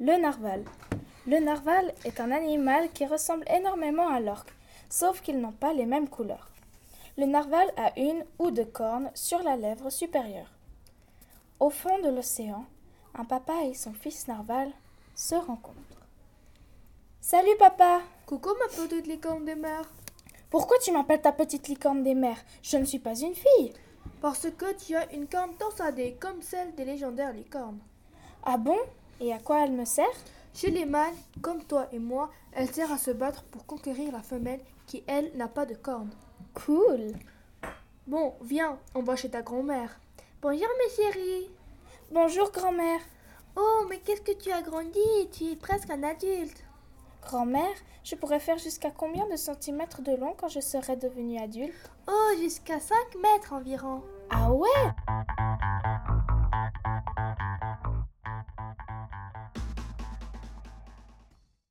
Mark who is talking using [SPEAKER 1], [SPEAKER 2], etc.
[SPEAKER 1] Le narval. Le narval est un animal qui ressemble énormément à l'orque, sauf qu'ils n'ont pas les mêmes couleurs. Le narval a une ou deux cornes sur la lèvre supérieure. Au fond de l'océan, un papa et son fils narval se rencontrent. Salut papa
[SPEAKER 2] Coucou ma petite licorne des mers,
[SPEAKER 1] Pourquoi tu m'appelles ta petite licorne des mers Je ne suis pas une fille
[SPEAKER 2] parce que tu as une corne tant sadée comme celle des légendaires licornes.
[SPEAKER 1] Ah bon Et à quoi elle me sert
[SPEAKER 2] Chez les mâles, comme toi et moi, elle sert à se battre pour conquérir la femelle qui, elle, n'a pas de corne.
[SPEAKER 1] Cool
[SPEAKER 2] Bon, viens, on va chez ta grand-mère. Bonjour mes chéris
[SPEAKER 1] Bonjour grand-mère
[SPEAKER 2] Oh, mais qu'est-ce que tu as grandi Tu es presque un adulte
[SPEAKER 1] Grand-mère, je pourrais faire jusqu'à combien de centimètres de long quand je serai devenue adulte
[SPEAKER 2] Oh, jusqu'à 5 mètres environ
[SPEAKER 1] Ah ouais